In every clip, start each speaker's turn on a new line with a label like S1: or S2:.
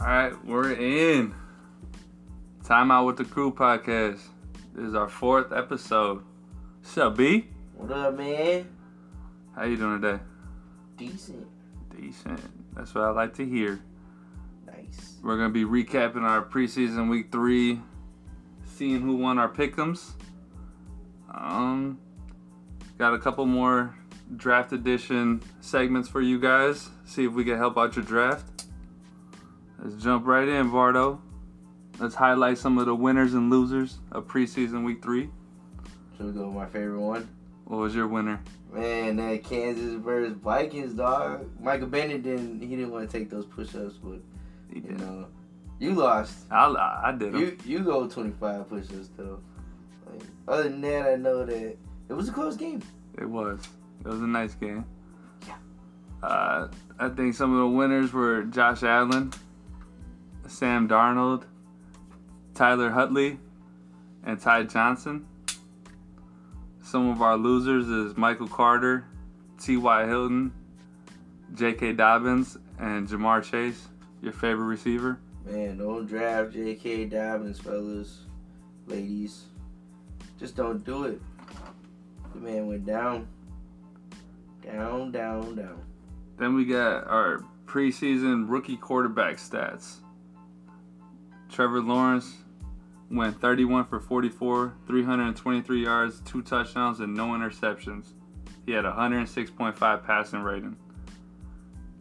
S1: All right, we're in. Time out with the crew podcast. This is our fourth episode. What's up, B?
S2: What up, man?
S1: How you doing today?
S2: Decent.
S1: Decent. That's what I like to hear.
S2: Nice.
S1: We're gonna be recapping our preseason week three, seeing who won our pickems. Um, got a couple more draft edition segments for you guys. See if we can help out your draft. Let's jump right in, Vardo. Let's highlight some of the winners and losers of preseason week three.
S2: Should we go with my favorite one?
S1: What was your winner?
S2: Man, that Kansas versus Vikings, dog. Michael Bennett didn't. He didn't want to take those push-ups, but
S1: He
S2: you
S1: did.
S2: know, you lost.
S1: I, I did 'em.
S2: You you go 25 push-ups though. Like, other than that, I know that it was a close game.
S1: It was. It was a nice game.
S2: Yeah.
S1: Uh, I think some of the winners were Josh Allen, Sam Darnold, Tyler Hutley, and Ty Johnson. Some of our losers is Michael Carter, T.Y. Hilton, J.K. Dobbins, and Jamar Chase, your favorite receiver.
S2: Man, don't draft J.K. Dobbins, fellas, ladies. Just don't do it. The man went down, down, down, down.
S1: Then we got our preseason rookie quarterback stats. Trevor Lawrence went 31 for 44, 323 yards, two touchdowns, and no interceptions. He had 106.5 passing rating.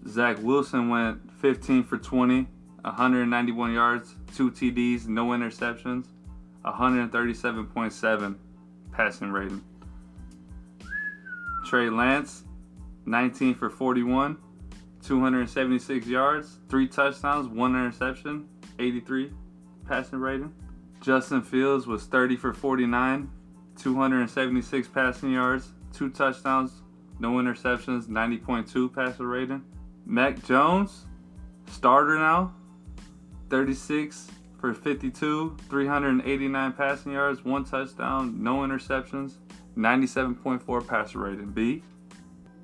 S1: Zach Wilson went 15 for 20, 191 yards, two TDs, no interceptions, 137.7 passing rating. Trey Lance 19 for 41, 276 yards, three touchdowns, one interception, 83 passing rating. Justin Fields was 30 for 49, 276 passing yards, two touchdowns, no interceptions, 90.2 passer rating. Mac Jones, starter now, 36 for 52, 389 passing yards, one touchdown, no interceptions, 97.4 passer rating. B.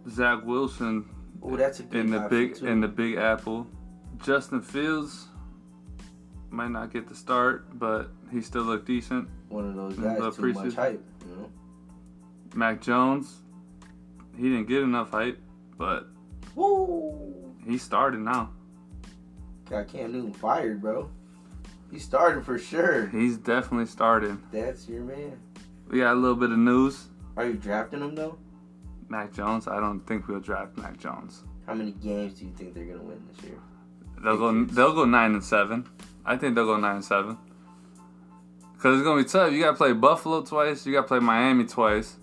S1: Zach Wilson
S2: Oh, that's a good
S1: in the
S2: option,
S1: big
S2: too.
S1: in the Big Apple. Justin Fields might not get the start, but he still looked decent.
S2: one of those
S1: in
S2: guys
S1: the
S2: too
S1: preseason.
S2: much hype. You know,
S1: Mac Jones, he didn't get enough hype, but
S2: woo!
S1: he started now.
S2: Got Cam Newton fired, bro. He started for sure.
S1: He's definitely starting.
S2: That's your man.
S1: We got a little bit of news.
S2: Are you drafting him though?
S1: Mac Jones, I don't think we'll draft Mac Jones.
S2: How many games do you think they're gonna win this year?
S1: They'll go they'll go nine and seven. I think they'll go nine and seven. Cause it's gonna be tough. You gotta play Buffalo twice. You gotta play Miami twice.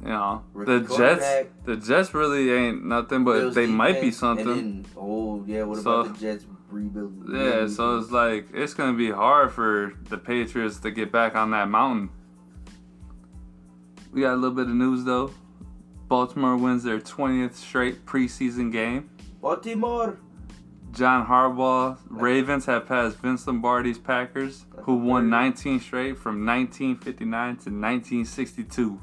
S1: You know
S2: Rookie
S1: the Jets.
S2: quarterback.
S1: The Jets really ain't nothing, but
S2: Bills
S1: they might be
S2: defense, and
S1: something.
S2: then- oh yeah, what
S1: So-
S2: about the Jets rebuilding?
S1: Yeah. So it's like it's gonna be hard for the Patriots to get back on that mountain. We got a little bit of news though. Baltimore wins their 20th straight preseason game.
S2: Baltimore.
S1: John Harbaugh, Ravens have passed Vince Lombardi's Packers, who won 19 straight from 1959 to 1962.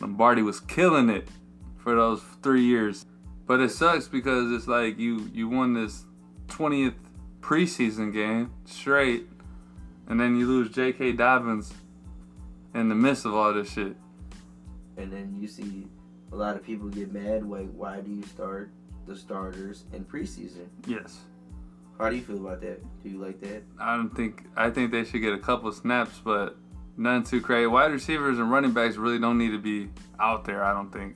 S1: Lombardi was killing it for those three years, but it sucks because it's like you you won this 20th preseason game straight, and then you lose J.K. Dobbins in the midst of all this shit.
S2: And then you see a lot of people get mad. Like, why do you start the starters in preseason?
S1: Yes,
S2: How do you feel about that? Do you like that?
S1: I don't think I think they should get a couple snaps, but none too crazy. Wide receivers and running backs really don't need to be out there. I don't think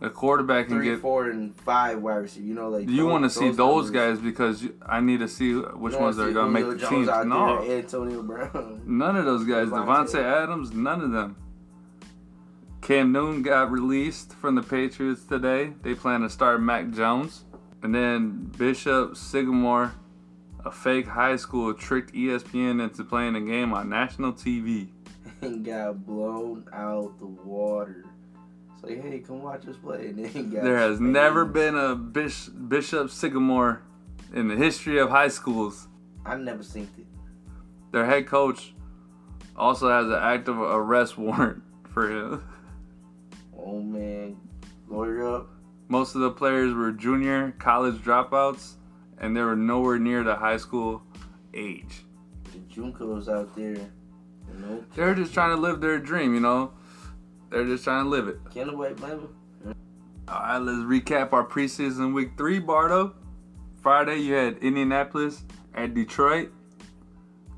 S1: the quarterback can
S2: Three,
S1: get.
S2: four, and five wide receiver. You know, like
S1: You
S2: those-
S1: want to see those guys
S2: numbers.
S1: because you, I need to see which
S2: You
S1: ones
S2: don't
S1: are
S2: see
S1: going to make
S2: Julio
S1: the
S2: Jones
S1: teams.
S2: out
S1: No,
S2: there, Antonio Brown.
S1: none of those guys. Devontae
S2: Devontae.
S1: Adams, none of them. Cam Newton got released from the Patriots today. They plan to start Mac Jones. And then Bishop Sycamore, a fake high school, tricked E ESPN into playing a game on national TV.
S2: and got blown out the water. It's like, hey, come watch us play. And then got
S1: There has never
S2: spanked.
S1: been a Bish- Bishop Sycamore in the history of high schools.
S2: I never seen it.
S1: Their head coach also has an active arrest warrant for him.
S2: Oh man, lawyer up.
S1: Most of the players were junior college dropouts and they were nowhere near the high school age.
S2: The Junkos out there. You know,
S1: They're just trying to live their dream, you know. They're just trying to live it.
S2: Can't nobody blame them.
S1: All right, let's recap our preseason week three, Bardo. Friday, you had Indianapolis at Detroit.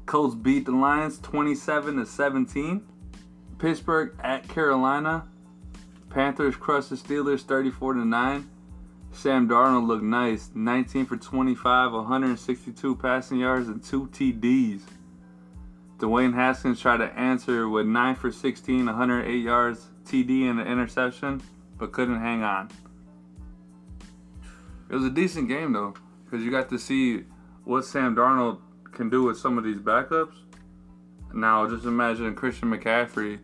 S1: Colts beat the Lions 27 to 17. Pittsburgh at Carolina. Panthers crushed the Steelers 34 to 9. Sam Darnold looked nice, 19 for 25, 162 passing yards and two TDs. Dwayne Haskins tried to answer with 9 for 16, 108 yards, TD and an interception, but couldn't hang on. It was a decent game though, because you got to see what Sam Darnold can do with some of these backups. Now, just imagine Christian McCaffrey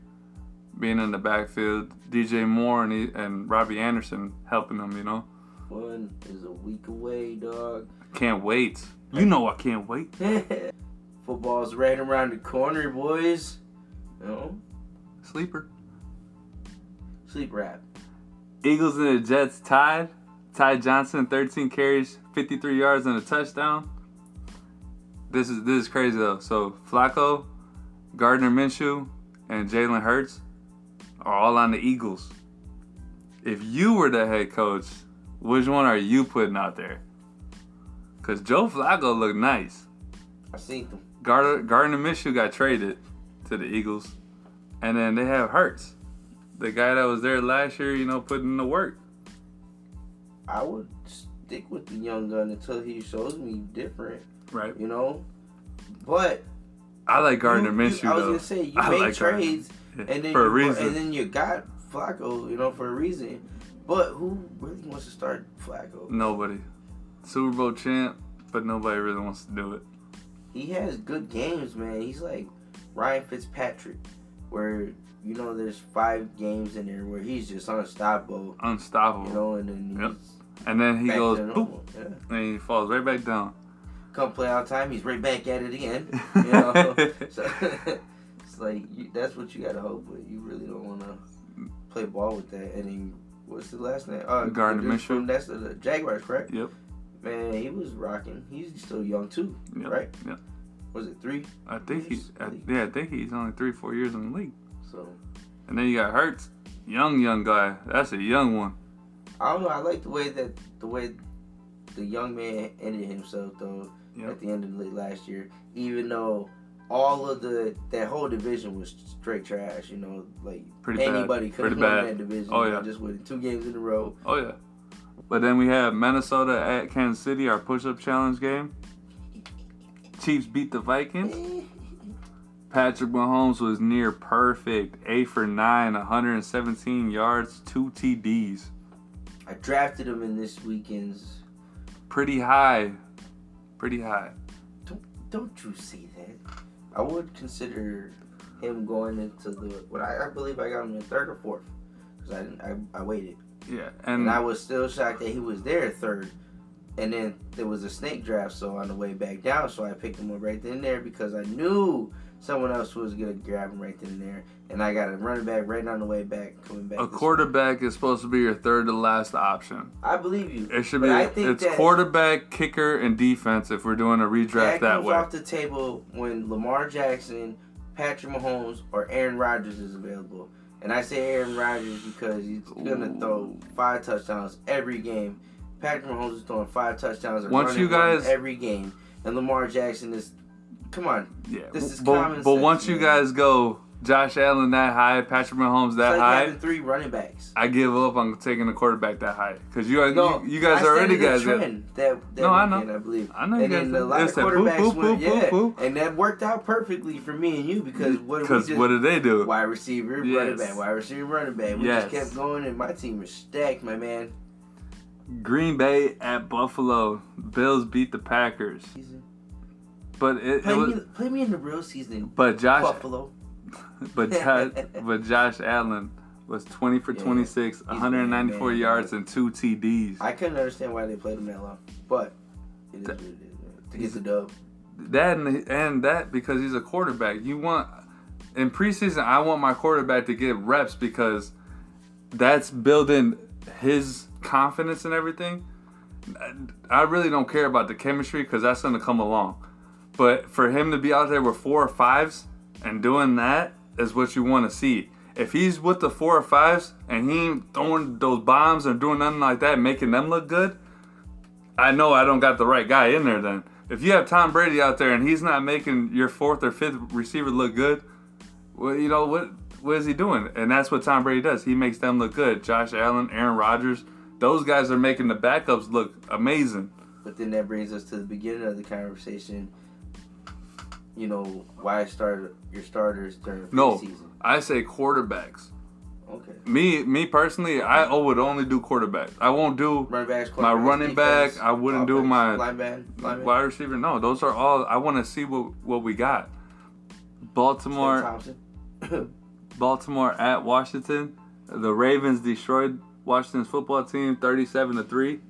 S1: being in the backfield, DJ Moore and, he, and Robbie Anderson helping him, you know?
S2: One is a week away, dog.
S1: Can't wait. You know I can't wait.
S2: Football's right around the corner, boys. You know,
S1: Sleeper.
S2: sleep rap.
S1: Eagles and the Jets tied. Ty Johnson, 13 carries, 53 yards and a touchdown. This is this is crazy though. So Flacco, Gardner Minshew, and Jalen Hurts are all on the Eagles. If you were the head coach, which one are you putting out there? Cause Joe Flacco looked nice.
S2: I seen them.
S1: Gardner, Gardner Minshew got traded to the Eagles, and then they have Hurts, the guy that was there last year. You know, putting in the work.
S2: I would stick with the young gun until he shows me different.
S1: Right.
S2: You know, but
S1: I like Gardner
S2: you,
S1: Minshew
S2: You, I was
S1: though.
S2: gonna say you
S1: I
S2: make
S1: like Gardner.
S2: trades and then
S1: for
S2: you,
S1: a reason.
S2: and then you got Flacco, you know, for a reason. But who really wants to start Flacco?
S1: Nobody. Super Bowl champ, but nobody really wants to do it.
S2: He has good games, man. He's like Ryan Fitzpatrick, where you know there's five games in there where he's just unstoppable,
S1: Unstoppable.
S2: you know, and then
S1: Yep.
S2: he's
S1: and then he
S2: back
S1: goes
S2: to
S1: boop,
S2: normal. Yeah.
S1: and he falls right back down.
S2: Come playoff time, he's right back at it again. You know, so it's like you, that's what you gotta hope, but you really don't want to play ball with that. And then what's the last name? Uh,
S1: Gardner
S2: the dude
S1: Minshew.
S2: from- That's the, the Jaguars, correct?
S1: Yep.
S2: Man, he was rocking. He's still young too.
S1: Yep,
S2: Right.
S1: Yep.
S2: Was it three?
S1: I think he's I, yeah. I think he's only three, four years in the league.
S2: So
S1: And then you got Hurts, young young guy. That's a young one.
S2: I don't know. I like the way that the way the young man ended himself though
S1: Yep.
S2: at the end of the last year, even though. All of the that whole division was straight trash, you know. Like
S1: Pretty bad.
S2: anybody could have
S1: Pretty
S2: won
S1: bad.
S2: that division.
S1: Oh,
S2: They
S1: yeah.
S2: just winning two games in a row.
S1: Oh yeah. But then we have Minnesota at Kansas City, our push-up challenge game. Chiefs beat the Vikings. Patrick Mahomes was near perfect. 8 for 9, 117 yards, 2 TDs.
S2: I drafted him in this weekend's.
S1: Pretty high. Pretty high.
S2: Don't you say that? I would consider him going into the. What I, I believe I got him in third or fourth because I didn't. I, I waited,
S1: Yeah.
S2: and
S1: And
S2: I was still shocked that he was there at third. And then there was a snake draft, so on the way back down, so I picked him up right then and there because I knew someone else was gonna grab him right then and there, and I got a running back right on the way back coming back.
S1: a
S2: this way.
S1: quarterback is supposed to be your third to last option.
S2: I believe you.
S1: It should
S2: But
S1: be
S2: I think
S1: it's
S2: that-
S1: quarterback, kicker, and defense if we're doing a redraft that,
S2: comes
S1: way.
S2: off the table when Lamar Jackson, Patrick Mahomes, or Aaron Rodgers is available. And I say Aaron Rodgers because he's gonna
S1: Ooh.
S2: throw five touchdowns every game. Patrick Mahomes is throwing five touchdowns or
S1: Once
S2: running
S1: you
S2: one
S1: guys-
S2: every game, and Lamar Jackson is, come on,
S1: yeah.
S2: this is
S1: but
S2: common
S1: but
S2: sense,
S1: once you
S2: man.
S1: guys go Josh Allen that high, Patrick Mahomes
S2: it's
S1: that
S2: like
S1: high,
S2: having three running backs.
S1: I give up on taking a quarterback that high because you, are
S2: No,
S1: you you guys
S2: I
S1: are already
S2: stated a
S1: guys.
S2: trend that, that
S1: No, I
S2: weekend, I believe.
S1: I know you
S2: and
S1: guys
S2: then
S1: did.
S2: a lot of
S1: It's that boop,
S2: quarterbacks
S1: boop,
S2: went,
S1: boop,
S2: yeah,
S1: boop, boop.
S2: and that worked out perfectly for me and you because what did we
S1: Because
S2: just
S1: what do they do?
S2: Wide receiver, running
S1: Yes.
S2: back, wide receiver, running back. We just
S1: Yes.
S2: kept going, and my team was stacked, my man.
S1: Green Bay at Buffalo. Bills beat the Packers,
S2: Season.
S1: but it,
S2: Play,
S1: it was
S2: me, play me in the real season,
S1: but Josh
S2: Buffalo.
S1: but Josh, but Josh Allen was 20 for
S2: Yeah,
S1: 26,
S2: been
S1: 194
S2: bad,
S1: yards
S2: man.
S1: and two TDs.
S2: I couldn't understand why they played him that long, but it is what it is, man. To get the dub,
S1: That and, and that because he's a quarterback. You want in preseason, I want my quarterback to get reps because that's building his confidence and everything. I really don't care about the chemistry because that's going to come along. But for him to be out there with four or fives and doing that is what you want to see. If he's with the four or fives and he ain't throwing those bombs or doing nothing like that, making them look good, I know I don't got the right guy in there then. If you have Tom Brady out there and he's not making your fourth or fifth receiver look good, well, you know what what is he doing? And that's what Tom Brady does. He makes them look good. Josh Allen, Aaron Rodgers, those guys are making the backups look amazing.
S2: But then that brings us to the beginning of the conversation. You know, why start your starters during the
S1: No.
S2: season?
S1: I say quarterbacks.
S2: Okay.
S1: Me me personally, I would only do quarterbacks. I won't do
S2: Running backs,
S1: My
S2: quarterbacks,
S1: running back,
S2: defense,
S1: I wouldn't do
S2: offense,
S1: my-
S2: lineman, lineman,
S1: wide receiver. No, those are all I want to see what what we got. Baltimore
S2: Thompson.
S1: Baltimore at Washington. The Ravens destroyed Washington's football team 37 to 3.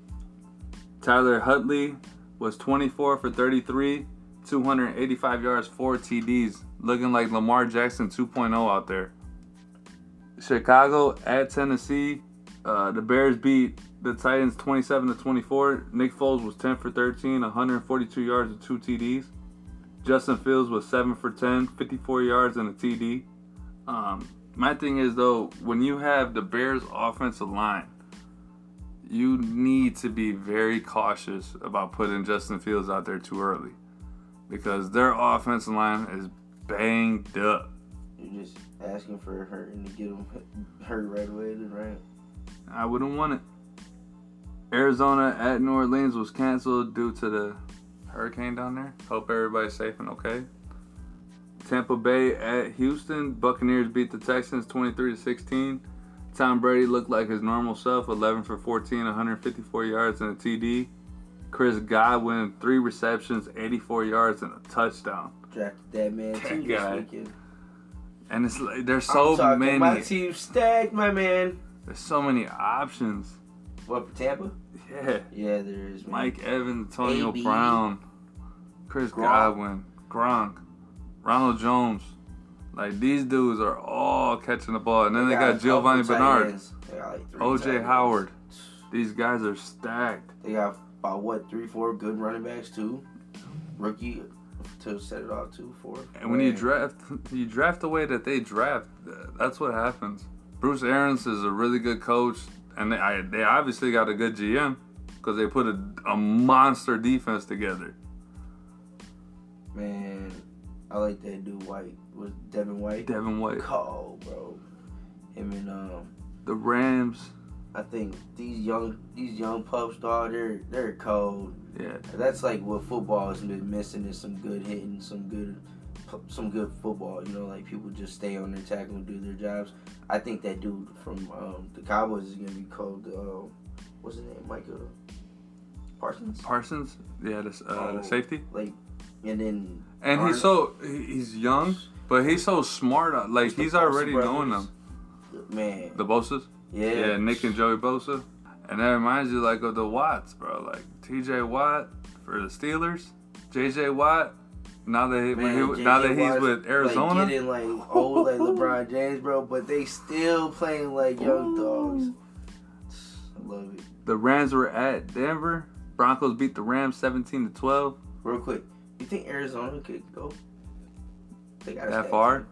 S1: Tyler Hutley was 24 for 33, 285 yards, 4 TDs, looking like Lamar Jackson 2.0 out there. Chicago at Tennessee. Uh, the Bears beat the Titans 27 to 24. Nick Foles was 10 for 13, 142 yards and 2 TDs. Justin Fields was 7 for 10, 54 yards and a TD. Um, my thing is though, when you have the Bears offensive line, you need to be very cautious about putting Justin Fields out there too early. Because their offensive line is banged up.
S2: You're just asking for a hurt and to get him hurt right away, then, right?
S1: I wouldn't want it. Arizona at New Orleans was canceled due to the hurricane down there. Hope everybody's safe and okay. Tampa Bay at Houston. Buccaneers beat the Texans 23 to 16. Tom Brady looked like his normal self, 11 for 14, 154 yards and a TD. Chris Godwin, three receptions, 84 yards and a touchdown.
S2: Drafted that man
S1: That
S2: too
S1: guy.
S2: this weekend.
S1: And it's like there's
S2: I'm
S1: so
S2: talking,
S1: many,
S2: My team stacked, my man.
S1: there's so many options.
S2: What for Tampa?
S1: Yeah.
S2: Yeah, there is. Man.
S1: Mike Evans, Antonio
S2: AB.
S1: Brown, Chris
S2: Gronk.
S1: Godwin, Gronk, Ronald Jones. Like these dudes are all catching the ball, and then they
S2: a
S1: got
S2: couple
S1: Giovanni
S2: tight
S1: Bernard,
S2: ends. They got like three tight
S1: OJ
S2: ends.
S1: Howard. These guys are stacked.
S2: They got about what three, four good running backs too. Rookie to set it off two, four.
S1: And when you
S2: Man.
S1: draft, you draft the way that they draft. That's what happens. Bruce Arians is a really good coach, and they I, they obviously got a good GM because they put a, a monster defense together.
S2: man, I like that dude White. Was Devin White?
S1: Devin White,
S2: Call, bro. Him and um.
S1: the Rams.
S2: I think these young these young pups, dog, they're they're cold.
S1: Yeah,
S2: That's like what football has been missing is some good hitting, some good some good football. You know, like people just stay on their tackle and do their jobs. I think that dude from um, the Cowboys is gonna be called uh, what's his name, Michael Parsons.
S1: Parsons. Yeah, this, uh,
S2: Oh.
S1: the safety.
S2: Like, and then
S1: And he's so he- he's young, but he's so smart. uh, Like
S2: It's the
S1: he's already
S2: Bosa
S1: knowing
S2: brothers.
S1: them.
S2: man,
S1: The Bosa's,
S2: yeah,
S1: yeah. Nick and Joey Bosa, and that reminds you like of the Watts, bro. Like T.J. Watt for the Steelers, J.J. Watt. Now that he,
S2: Man,
S1: when he- now
S2: JJ
S1: that he's
S2: Watts,
S1: with Arizona,
S2: like, getting like old like LeBron James, bro, but they still playing like young dogs. I love it.
S1: the Rams were at Denver. Broncos beat the Rams seventeen to twelve.
S2: Real quick, you think Arizona could go they got a
S1: That
S2: stacked
S1: far?
S2: team.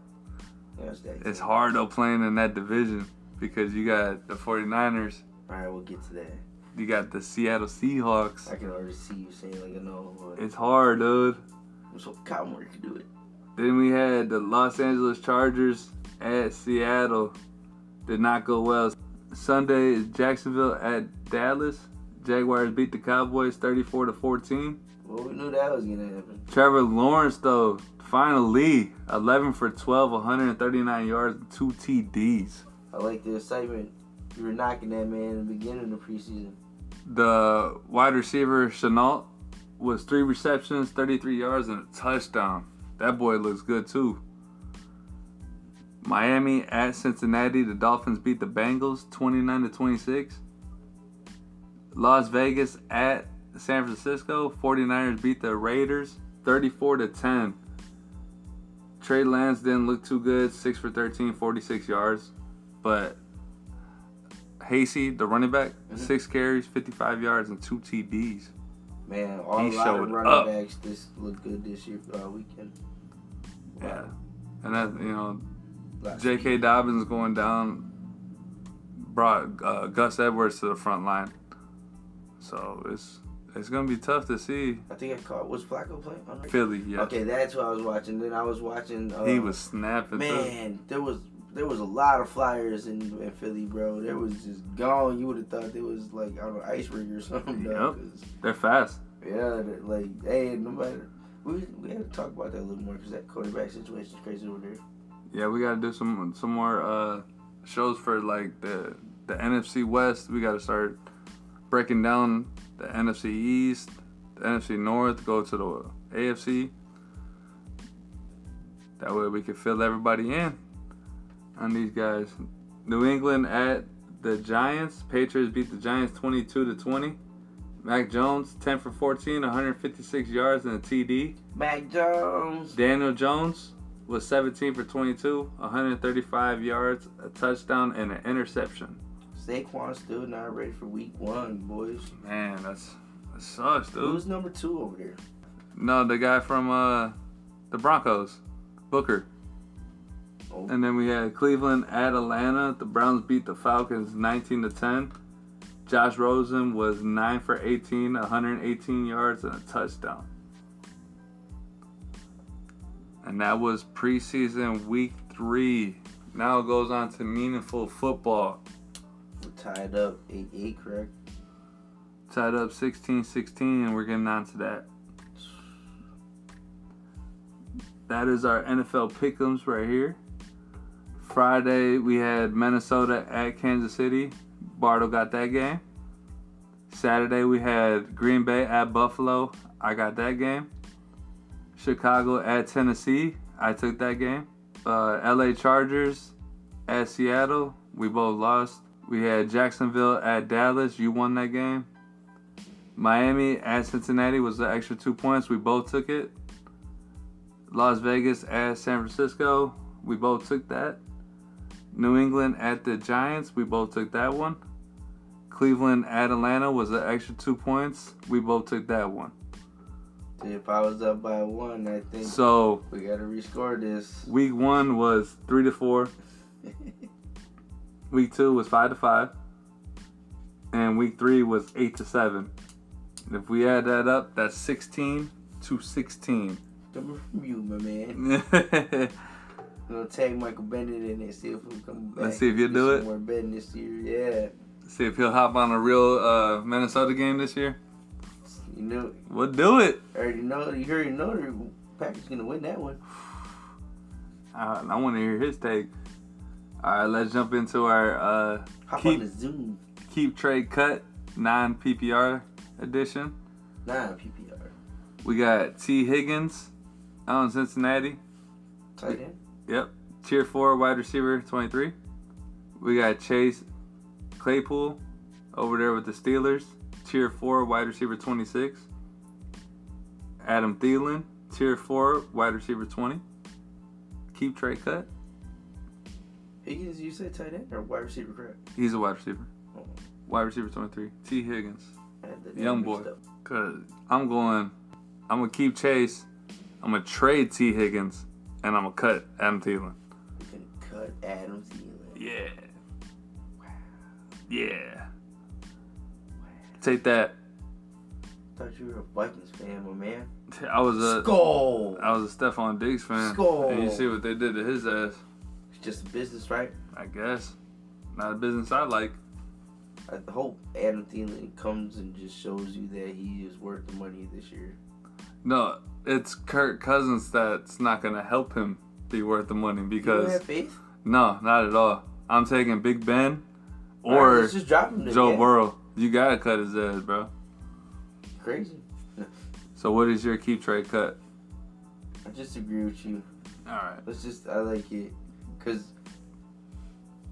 S2: They got a stacked
S1: It's
S2: team.
S1: hard though playing in that division because you got the 49ers,
S2: All right, we'll get to that.
S1: you got the Seattle Seahawks.
S2: I can already see you saying like, "No,
S1: It's hard, dude.
S2: I'm so Cowboy can do it."
S1: Then we had the Los Angeles Chargers at Seattle. Did not go well. Sunday is Jacksonville at Dallas. Jaguars beat the Cowboys 34 to 14.
S2: Well, we knew that was gonna happen.
S1: Trevor Lawrence though, finally 11 for 12, 139 yards, two TDs.
S2: I like the excitement. You were knocking that man in the beginning of the preseason.
S1: The wide receiver Chenault was three receptions, 33 yards, and a touchdown. That boy looks good too. Miami at Cincinnati, the Dolphins beat the Bengals 29 to 26. Las Vegas at San Francisco, 49ers beat the Raiders 34 to 10. Trey Lance didn't look too good, 6 for 13, 46 yards, but Hasey, the running back,
S2: Mhm.
S1: six carries, 55 yards, and two TDs.
S2: Man, all
S1: He
S2: a lot
S1: showed
S2: of running
S1: up.
S2: backs just look good this year uh, weekend.
S1: Yeah. And that, you know,
S2: Lot of
S1: J.K. Dobbins going down brought uh, Gus Edwards to the front line. So it's it's gonna be tough to see
S2: I think I caught was Flacco playing. on there?
S1: Philly. Yeah,
S2: Okay, that's what I was watching. Then I was watching. Uh,
S1: he was snapping. too.
S2: man. There was there was a lot of flyers in, in Philly, bro. There was just gone. You would have thought there was like I don't know ice rig or something. though, 'cause,
S1: They're fast.
S2: yeah, they're like hey, nobody. We we had to talk about that a little more because that quarterback situation's crazy over there.
S1: Yeah, we gotta do some some more uh, shows for like the the NFC West. We gotta start breaking down the NFC East, the NFC North. Go to the AFC. That way we can fill everybody in on these guys. New England at the Giants. Patriots beat the Giants 22 to 20. Mac Jones 10 for 14, 156 yards and a TD.
S2: Mac Jones.
S1: Daniel Jones was 17 for 22, 135 yards, a touchdown, and an interception.
S2: Saquon still not ready for week one, boys.
S1: Man, that's that sucks, dude.
S2: Who's number two over there?
S1: No, the guy from uh, the Broncos, Booker.
S2: Oh.
S1: And then we had Cleveland at Atlanta. The Browns beat the Falcons 19 to 10. Josh Rosen was 9 for 18, 118 yards and a touchdown. And that was preseason week 3. Now it goes on to meaningful football.
S2: We're tied up eight eight, correct?
S1: tied up 16-16 and we're getting on to that that is our nfl pickums right here friday we had minnesota at kansas city bartle got that game saturday we had green bay at buffalo i got that game chicago at tennessee i took that game uh, la chargers at seattle we both lost we had jacksonville at dallas you won that game Miami at Cincinnati was the extra two points. We both took it. Las Vegas at San Francisco. We both took that. New England at the Giants. We both took that one. Cleveland at Atlanta was the extra two points. We both took that one.
S2: If I was up by one, I think
S1: So
S2: we gotta rescore this.
S1: week one was three to four. Week two was five to five. And week three was eight to seven. If we add that up, that's sixteen to sixteen.
S2: Coming from you, my man.
S1: Let's
S2: I'm gonna tag Michael Bennett in and see if we come back.
S1: see if you
S2: and
S1: do
S2: some
S1: it.
S2: More betting this year,
S1: see if he'll hop on a real uh, Minnesota game this year.
S2: yeah. You know,
S1: We'll do it.
S2: already know. You already know the Packers gonna win that one.
S1: I, I want to hear his take. All right, let's jump into our uh,
S2: Hop
S1: Keep-
S2: on the Zoom.
S1: keep trade cut non PPR edition.
S2: Nah, PPR.
S1: We got T Higgins out in Cincinnati.
S2: Tight end.
S1: Yep, tier four wide receiver, twenty three. We got Chase Claypool over there with the Steelers, tier four wide receiver, twenty six. Adam Thielen, tier four wide receiver, twenty. Keep trade cut.
S2: Higgins, you said tight end or wide receiver? Correct.
S1: He's a wide receiver.
S2: Oh,
S1: Wide receiver twenty three. T Higgins.
S2: I had that
S1: Young
S2: mixed
S1: boy.
S2: up.
S1: Cause I'm going. I'm gonna keep Chase. I'm gonna trade T Higgins, and I'm gonna cut Adam Thielen.
S2: We can cut Adam Thielen.
S1: Yeah. Yeah. Take that.
S2: Thought you were a Vikings fan, my man.
S1: I was a
S2: Skull.
S1: I was a Stephon Diggs fan.
S2: Skull.
S1: And you see what they did to his ass.
S2: It's just a business, right?
S1: I guess. Not a business I like.
S2: I hope Adam Thielen comes and just shows you that he is worth the money this year.
S1: No, it's Kirk Cousins that's not gonna help him be worth the money
S2: you
S1: because
S2: have faith?
S1: no, not at all. I'm taking Big Ben
S2: All right,
S1: or
S2: let's just drop him. then,
S1: Joe
S2: yeah.
S1: Burrow. You gotta cut his ass, bro.
S2: Crazy.
S1: So what is your keep trade cut?
S2: I just agree with you.
S1: All right.
S2: Let's just. I like it because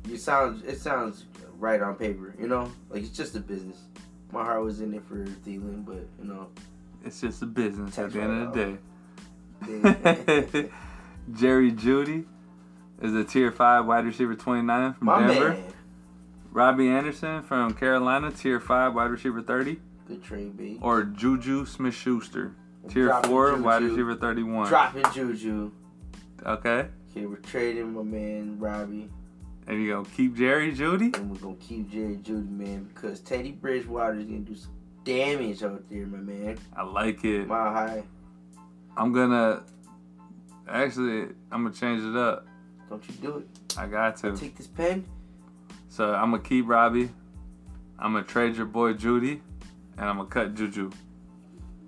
S2: you sound. It sounds right on paper. You know, like it's just a business. My heart was in it for Thielen, but you know,
S1: It's just a business at
S2: Tax
S1: the end of the day.
S2: they-
S1: Jerry Judy is a tier five wide receiver 29 from
S2: my
S1: Denver.
S2: man.
S1: Robbie Anderson from Carolina, tier five wide receiver thirty,
S2: Good trade, B.
S1: or Juju Smith Schuster, tier
S2: Dropping
S1: four
S2: Juju.
S1: wide receiver thirty one.
S2: Dropping Juju.
S1: Okay,
S2: Okay, we're trading my man Robbie,
S1: and you go keep Jerry Judy.
S2: and we're gonna keep Jerry Judy, man, because Teddy Bridgewater's gonna do some damage out there, my man.
S1: I like it.
S2: Mile high.
S1: I'm gonna actually I'm gonna change it up.
S2: Don't you do it.
S1: I got to.
S2: Take this pen.
S1: So I'm gonna keep Robbie. I'm gonna trade your boy Judy, and I'm gonna cut Juju.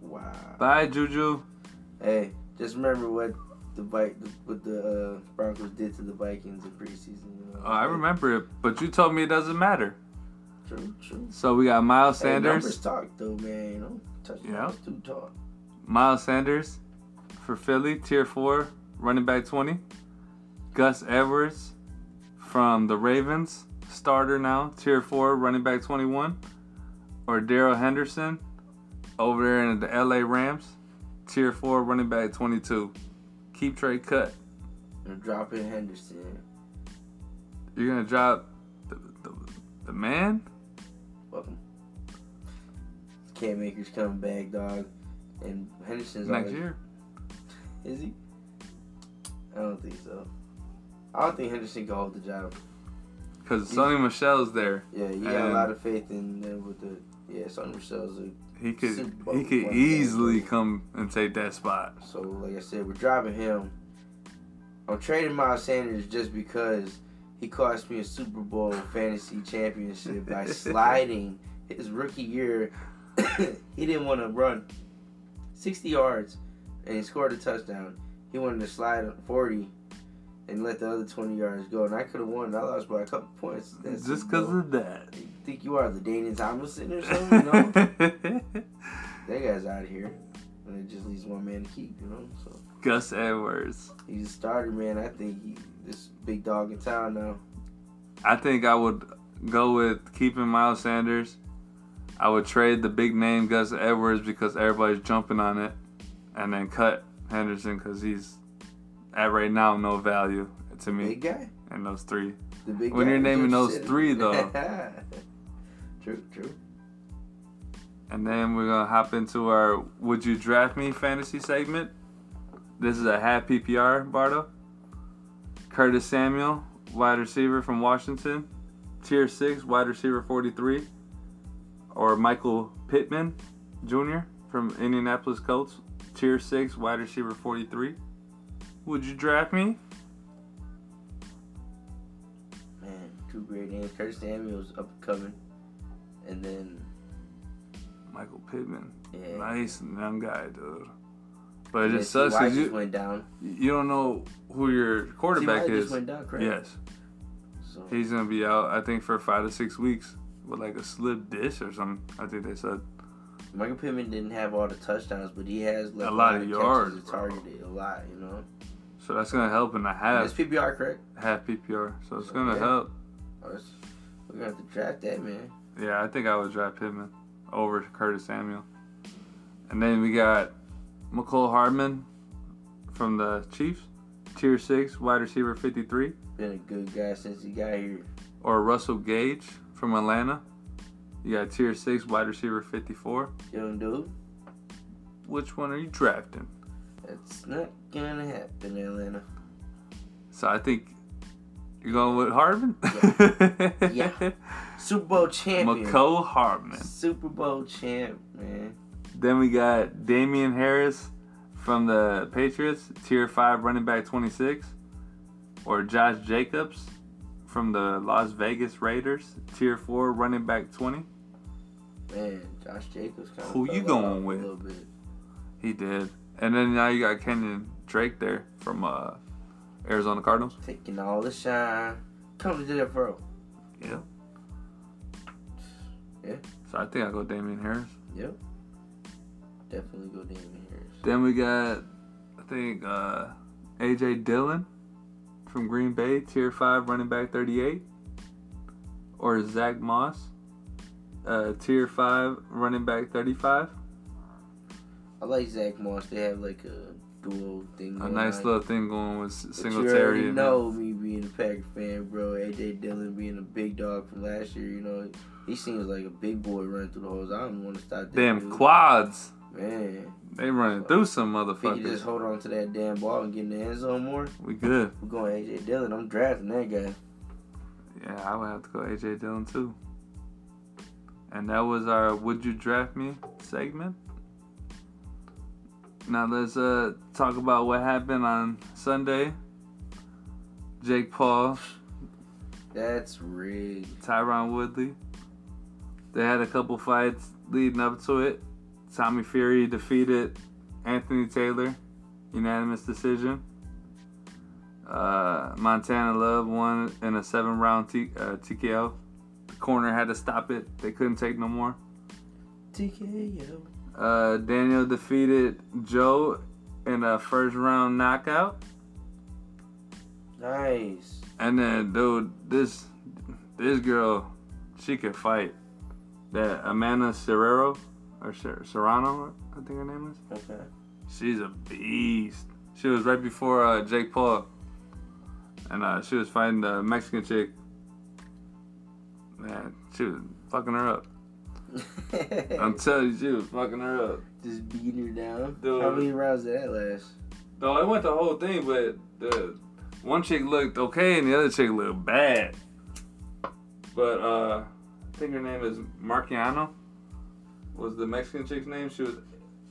S2: Wow.
S1: Bye Juju.
S2: Hey, just remember what the Vi- what the uh, Broncos did to the Vikings in preseason. You know?
S1: Oh, I remember it, but you told me it doesn't matter.
S2: True, true.
S1: So we got Miles
S2: Hey, numbers
S1: Sanders.
S2: talk though, man. You know, touchdowns do talk.
S1: Miles Sanders for Philly, tier four, running back 20. Gus Edwards from the Ravens, starter now, tier four, running back 21. Or Daryl Henderson over there in the LA Rams, tier four, running back 22. Keep trade cut.
S2: They're dropping Henderson.
S1: You're going to drop the, the, the man?
S2: Welcome. Cam Akers coming back, dog. And Henderson's
S1: Next
S2: already-
S1: year.
S2: Is he? I don't think so. I don't think Henderson can hold the job.
S1: Because Sonny Michelle's there.
S2: Yeah, you got a lot of faith in them with the yeah, Sonny Michelle's a
S1: He could
S2: Super Bowl
S1: he could
S2: one.
S1: easily come and take that spot.
S2: So, like I said, we're dropping him. I'm trading Miles Sanders just because he cost me a Super Bowl fantasy championship by sliding his rookie year. he didn't want to run 60 yards, and he scored a touchdown. He wanted to slide 40 and let the other 20 yards go, and I could have won. I lost by a couple points. That's
S1: Just
S2: Super
S1: because
S2: Bowl.
S1: of that.
S2: You think you are the Daniel Thomason or something? You know? that guy's out of here. And it just leaves one man to keep, you know? So.
S1: Gus Edwards.
S2: He's a starter, man. I think he, this big dog in town now.
S1: I think I would go with keeping Miles Sanders. I would trade the big name Gus Edwards because everybody's jumping on it, and then cut Henderson because he's at right now no value to
S2: Big
S1: me.
S2: guy.
S1: And those three,
S2: The big
S1: When
S2: guy
S1: you're
S2: who
S1: naming
S2: just
S1: those
S2: sitting-
S1: three, though.
S2: true, true.
S1: and then we're gonna hop into our "Would you draft me?" fantasy segment. This is a half PPR, Bardo. Curtis Samuel, wide receiver from Washington, tier six, wide receiver 43, or Michael Pittman Jr. from Indianapolis Colts, tier six, wide receiver 43. Would you draft me?
S2: Man, two great names. Curtis Samuel's up and coming. And then,
S1: Michael Pittman.
S2: yeah.
S1: Nice young guy, dude. But it
S2: Yeah,
S1: just sucks
S2: T.Y.
S1: 'cause
S2: just
S1: you,
S2: went down.
S1: you don't know who your quarterback
S2: T.Y.
S1: is.
S2: just went down, correct?
S1: Yes.
S2: So,
S1: He's gonna be out, I think, for five to six weeks with like a slip dish or something. I think they said.
S2: Michael Pittman didn't have all the touchdowns, but he has left
S1: A lot of yards,
S2: catches and
S1: bro.
S2: targeted a lot, you know.
S1: So that's gonna help in a
S2: That's
S1: half
S2: PPR, correct?
S1: half PPR. So it's gonna
S2: Okay.
S1: help.
S2: Oh, that's- we're gonna have to draft that man.
S1: Yeah, I think I would draft Pittman over Curtis Samuel. And then we got McCole Hardman from the Chiefs, tier six wide receiver fifty three,
S2: Been a good guy since he got here.
S1: or Russell Gage from Atlanta. You got tier six wide receiver fifty four.
S2: Young dude.
S1: Which one are you drafting?
S2: That's not gonna happen, Atlanta.
S1: So I think you're going with Hardman.
S2: Yeah. Super Bowl champion.
S1: McCole Hardman.
S2: Super Bowl champ, man.
S1: Then we got Damian Harris from the Patriots, tier five running back 26, or Josh Jacobs from the Las Vegas Raiders, tier four running back 20.
S2: Man, Josh Jacobs kind of.
S1: Who you going with?
S2: A little bit.
S1: He did. And then now you got Kenyon Drake there from uh, Arizona Cardinals.
S2: Taking all the shine. Come to the bro.
S1: Yeah.
S2: Yeah.
S1: So I think I go Damian Harris.
S2: Yep. Definitely go Damon Harris.
S1: Then we got, I think, uh, AJ Dillon from Green Bay, tier five running back 38, or Zach Moss, uh, tier five running back 35.
S2: I like Zach Moss. They have like a duo thing.
S1: A
S2: going
S1: nice
S2: on.
S1: little thing going with S-
S2: But You already
S1: Singletary. and-
S2: know me being a Packer fan, bro. AJ Dillon being a big dog from last year, you know, he seems like a big boy running through the holes. I don't want to stop that.
S1: Damn
S2: dude.
S1: quads.
S2: man.
S1: They running through some
S2: If he could
S1: motherfuckers.
S2: just hold on to that damn ball and get in the end zone more,
S1: We good.
S2: we're going AJ Dillon. I'm drafting that guy.
S1: Yeah, I would have to go AJ Dillon too. And that was our "Would You Draft Me" segment. Now let's uh, talk about what happened on Sunday. Jake Paul,
S2: That's rigged.
S1: Tyron Woodley. They had a couple fights leading up to it. Tommy Fury defeated Anthony Taylor, unanimous decision. Uh, Montana Love won in a seven round T- uh, TKO. The corner had to stop it, they couldn't take no more.
S2: TKO.
S1: Uh, Daniel defeated Joe in a first round knockout.
S2: Nice.
S1: And then, dude, this this girl, she could fight. That Amanda Serrero or Ser- Serrano, I think her name is.
S2: Okay.
S1: She's a beast. She was right before uh, Jake Paul, and uh, she was fighting the Mexican chick. Man, she was fucking her up. I'm telling you, she was fucking her up.
S2: just beating her down.
S1: Dude.
S2: How many rounds did that last?
S1: No, it went the whole thing, but the one chick looked okay and the other chick looked bad. But uh I think her name is Marciano. Was the Mexican chick's name? She was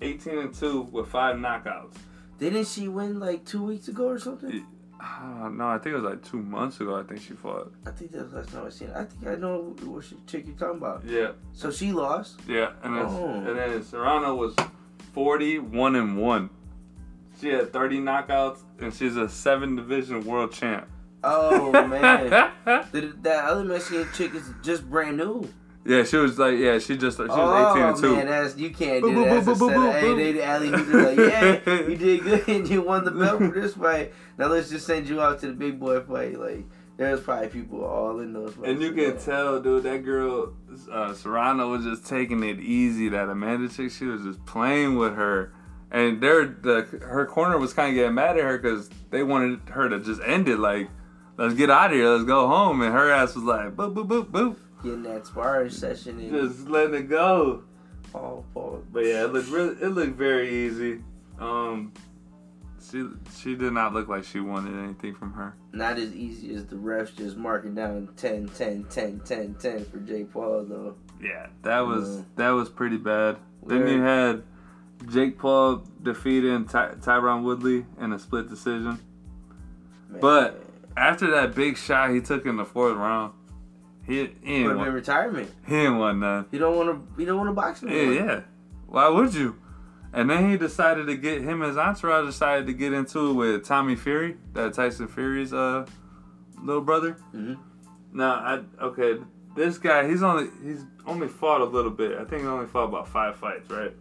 S1: 18 and two with five knockouts.
S2: Didn't she win like two weeks ago or something?
S1: Yeah. Uh, no, I think it was like two months ago. I think she fought.
S2: I think that's the last time I seen. It. I think I know what she, chick you're talking about.
S1: Yeah,
S2: So she lost.
S1: yeah. And then,
S2: Oh.
S1: and then Serrano was 41 and one. She had 30 knockouts and she's a seven division world champ.
S2: Oh man, the, that other Mexican chick is just brand new.
S1: Yeah, she was like, yeah, she just she was
S2: oh
S1: 18 and two.
S2: man, that's you can't
S1: Boop,
S2: do that.
S1: boop,
S2: That's a
S1: boop, boop,
S2: setup. Hey,
S1: boop,
S2: they
S1: boop.
S2: alley like, yeah, you did good and you won the belt for this fight. Now let's just send you out to the big boy fight. Like there's probably people all in those fights.
S1: And you can tell, dude, that girl uh, Serrano was just taking it easy. That Amanda chick, she was just playing with her, and their the her corner was kind of getting mad at her because they wanted her to just end it. Like, let's get out of here, let's go home. And her ass was like, boop boop boop boop,
S2: getting that sparring session in.
S1: just letting it go.
S2: Paul, Paul.
S1: But yeah, it looked really, it looked very easy. Um, she she did not look like she wanted anything from her.
S2: not as easy as the refs just marking down 10, 10, 10, 10, 10 for Jake Paul, though.
S1: Yeah, that was
S2: Yeah.
S1: that was pretty bad. Then you
S2: Where-
S1: had Jake Paul defeating Ty- Tyron Woodley in a split decision.
S2: Man.
S1: But after that big shot he took in the fourth round, he, he,
S2: Put
S1: ain't,
S2: him in
S1: want,
S2: retirement.
S1: he ain't want none.
S2: You don't want to. You don't want to box no
S1: Yeah,
S2: more.
S1: yeah. Why would you? And then he decided to get him and his entourage decided to get into it with Tommy Fury, that Tyson Fury's uh little brother.
S2: Mhm.
S1: No, I okay. This guy, he's only he's only fought a little bit. I think he only fought about five fights, right?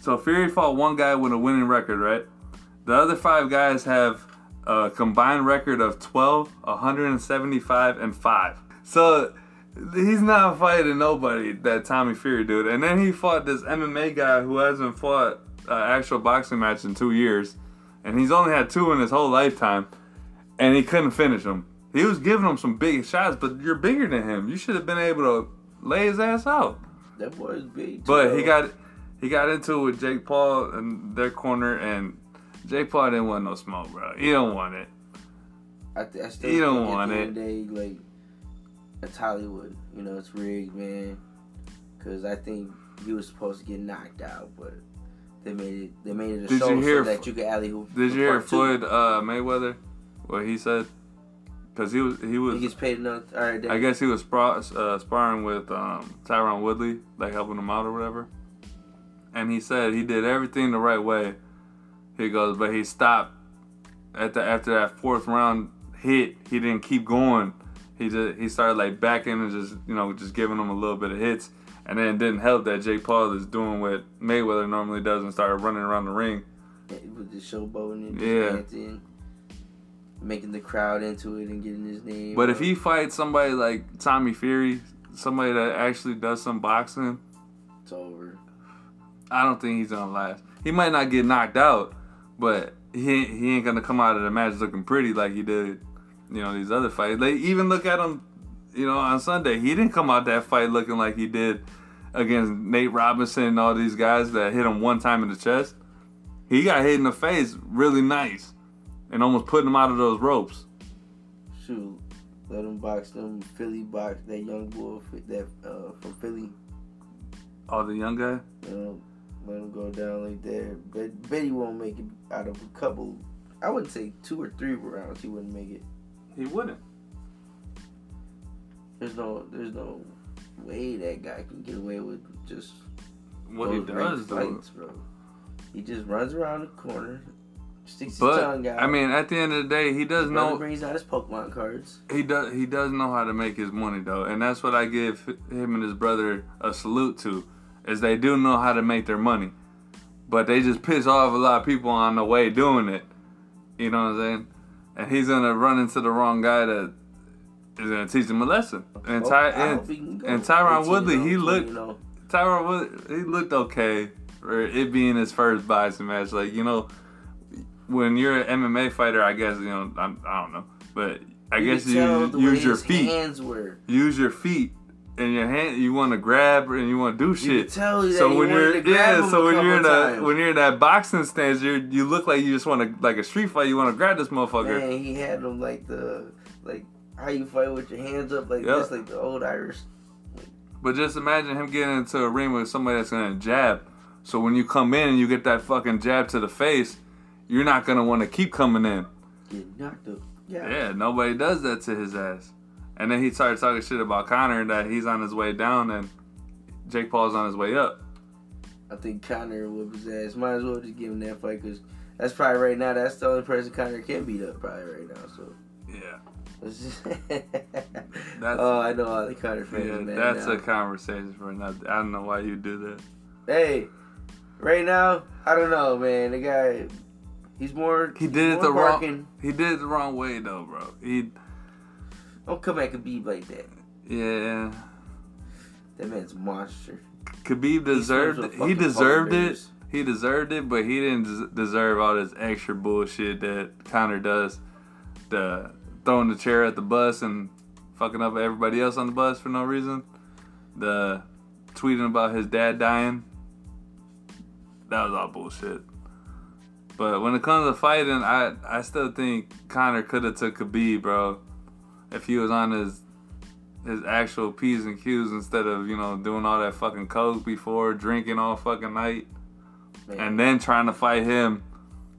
S1: So Fury fought one guy with a winning record, right? The other five guys have a combined record of 12, 175, and 5. So he's not fighting nobody that Tommy Fury dude. And then he fought this MMA guy who hasn't fought an actual boxing match in two years. And he's only had two in his whole lifetime. And he couldn't finish him. He was giving him some big shots, but you're bigger than him. You should have been able to lay his ass out.
S2: That boy's big. too,
S1: But he
S2: though.
S1: got he got into it with Jake Paul and their corner, and Jake Paul didn't want no smoke, bro. He don't want it.
S2: I, th- I still
S1: he don't
S2: think
S1: want
S2: at the
S1: it.
S2: end of the Day, like it's Hollywood. You know, it's rigged, man. Because I think he was supposed to get knocked out, but they made it. They made it a
S1: Did
S2: show
S1: you hear
S2: so that
S1: F-
S2: you could alley hoop.
S1: Did
S2: for
S1: you hear
S2: part two.
S1: Floyd uh, Mayweather? What he said? Because he was he
S2: He
S1: was
S2: gets paid enough. All right, then.
S1: I guess he was spar- uh, sparring with um, Tyron Woodley, like helping him out or whatever. And he said he did everything the right way. He goes, but he stopped at the after that fourth round hit. He didn't keep going. He just he started like backing and just you know just giving him a little bit of hits. And then it didn't help that Jake Paul is doing what Mayweather normally does and started running around the ring.
S2: with the showboating and
S1: Yeah.
S2: just dancing, making the crowd into it and getting his name.
S1: But
S2: out.
S1: if he fights somebody like Tommy Fury, somebody that actually does some boxing,
S2: it's over.
S1: I don't think he's gonna last. He might not get knocked out, but he he ain't gonna come out of the match looking pretty like he did. you know these other fights. They even look at him, you know, on Sunday. He didn't come out that fight looking like he did against Nate Robinson and all these guys that hit him one time in the chest. He got hit in the face really nice, and almost putting him out of those ropes.
S2: Shoot, let them box them Philly box that young boy fi- that uh, from Philly.
S1: Oh, the young guy.
S2: Let him, let him go down like that. Bet, bet he won't make it out of a couple. I would say two or three rounds. He wouldn't make it.
S1: He wouldn't.
S2: There's no there's no way that guy can get away with just
S1: What he
S2: those ranked
S1: does though.
S2: fights, bro. He just runs around the corner, sticks his tongue
S1: But
S2: out.
S1: I mean, at the end of the day, he does
S2: brother
S1: know
S2: brings out his Pokemon cards.
S1: he does he does know how to make his money though, and that's what I give him and his brother a salute to, is they do know how to make their money, but they just piss off a lot of people on the way doing it. You know what I'm saying? And he's gonna run into the wrong guy that is gonna teach him a lesson. And
S2: Oh,
S1: Ty
S2: I hope
S1: and,
S2: he can go
S1: and Tyron
S2: 18,
S1: Woodley, he
S2: 20,
S1: looked
S2: You know,
S1: Tyron Wood, he looked okay for it being his first boxing match. Like you know, when you're an MMA fighter, I guess you know I'm, I don't know, but I
S2: you
S1: guess
S2: could
S1: you
S2: tell
S1: use,
S2: the way
S1: your
S2: his
S1: feet,
S2: Hands were.
S1: use your feet and your hand. You want to grab and you want to do
S2: You could
S1: shit.
S2: tell that
S1: So
S2: he
S1: when
S2: wanted
S1: you're
S2: to grab
S1: yeah,
S2: him
S1: so
S2: a
S1: when you're in
S2: couple
S1: that
S2: times.
S1: when you're in that boxing stance, you are you look like you just want to like a street fight. You want to grab this motherfucker.
S2: man, he had them like the like how you fight with your hands up like
S1: Yeah.
S2: this, like the old Irish.
S1: But just imagine him getting into a ring with somebody that's gonna jab. So when you come in and you get that fucking jab to the face, you're not gonna want to keep coming in.
S2: Get knocked up. Yeah.
S1: Yeah, nobody does that to his ass. And then he started talking shit about Connor and that he's on his way down and Jake Paul's on his way up.
S2: I think Connor would his ass. Might as well just give him that fight because that's probably right now. That's the only person Connor can beat up probably right now. So.
S1: Yeah,
S2: It's just- oh, I know all the Connor fans,
S1: yeah
S2: man.
S1: that's
S2: now.
S1: a conversation for another. I don't know why you do that.
S2: hey, right now, I don't know, man. The guy, he's more.
S1: He did it
S2: more
S1: the
S2: barking.
S1: wrong. He did it the wrong way though, bro. He
S2: Don't come at Khabib like that.
S1: yeah.
S2: That man's a monster.
S1: Khabib
S2: a
S1: deserved. He,
S2: fucking
S1: deserved
S2: Paul
S1: it.
S2: Bearers.
S1: He deserved it, but he didn't des- deserve all this extra bullshit that Connor does. The throwing the chair at the bus and fucking up everybody else on the bus for no reason. The tweeting about his dad dying. That was all bullshit. But when it comes to fighting, I I still think Connor could have took Khabib, bro, if he was on his his actual p's and q's instead of you know doing all that fucking coke before drinking all fucking night
S2: Man.
S1: and then trying to fight him.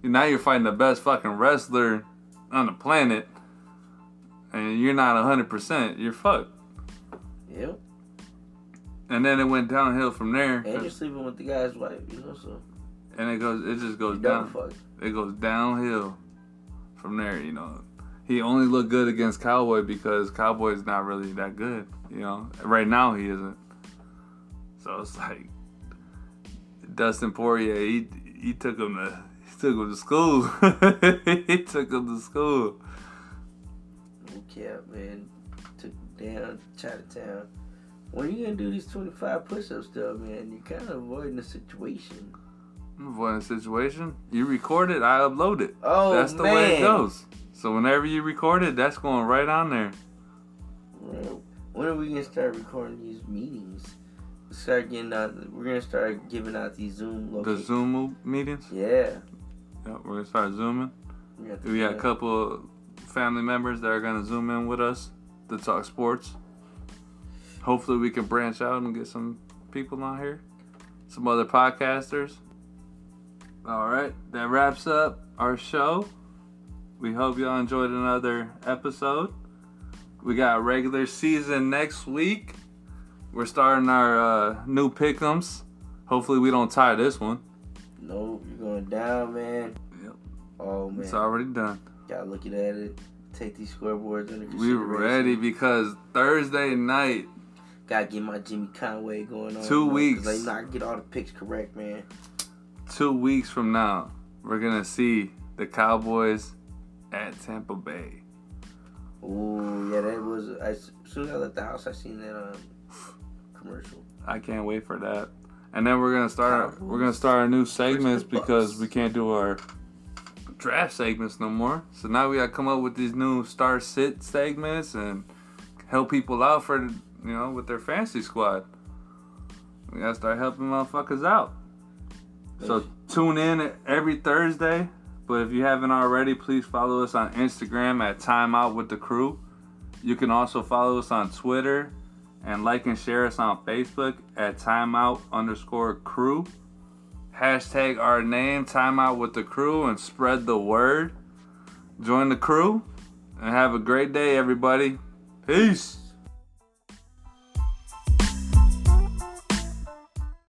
S1: Now you're fighting the best fucking wrestler on the planet, and you're not hundred percent. You're fucked.
S2: Yep.
S1: And then it went downhill from there,
S2: And you're sleeping with the guy's wife, you know, so.
S1: and it goes. It just goes
S2: you
S1: down.
S2: Dumb fuck.
S1: it goes downhill from there. You know, he only looked good against Cowboy because Cowboy's not really that good. You know, right now he isn't. So it's like Dustin Poirier. He he took him to he took him to school. he took him to school.
S2: No cap, man. Took him down Chinatown. When you gonna do these 25 push ups, though, man? You're kind of avoiding the situation.
S1: What situation? You record it, I upload it.
S2: Oh,
S1: that's the
S2: man.
S1: way it goes. So whenever you record it, that's going right on there.
S2: Well, When are we gonna start recording these meetings? Start getting out. We're gonna start giving out these Zoom
S1: The
S2: locations.
S1: Zoom meetings.
S2: Yeah.
S1: Yep, we're gonna start zooming.
S2: We got,
S1: We got a couple family members that are gonna zoom in with us to talk sports. Hopefully, we can branch out and get some people on here, some other podcasters. All right, that wraps up our show. We hope y'all enjoyed another episode. We got regular season next week. We're starting our uh, new pickums. Hopefully, we don't tie this one.
S2: Nope, you're going down, man.
S1: Yep.
S2: Oh man,
S1: It's already done.
S2: gotta look at it. Take these scoreboards under
S1: We
S2: consideration.
S1: ready because Thursday night
S2: Gotta get my Jimmy Conway going on.
S1: Two
S2: you know, 'cause
S1: weeks.
S2: Like, not get all the picks correct, man.
S1: two weeks from now, we're gonna see the Cowboys at Tampa Bay.
S2: Ooh, yeah, that was. I, as soon as I left the house, I seen that um commercial.
S1: I can't wait for that. And then we're gonna start. We're gonna start our new segments because we can't do our draft segments no more. So now we gotta come up with these new star sit segments and help people out for you know with their fantasy squad. We gotta start helping motherfuckers out. So tune in every Thursday. But if you haven't already, please follow us on Instagram at Time Out with the Crew. You can also follow us on Twitter and like and share us on Facebook at timeout underscore crew. Hashtag our name, timeout with the crew, and spread the word. Join the crew and have a great day, everybody. Peace.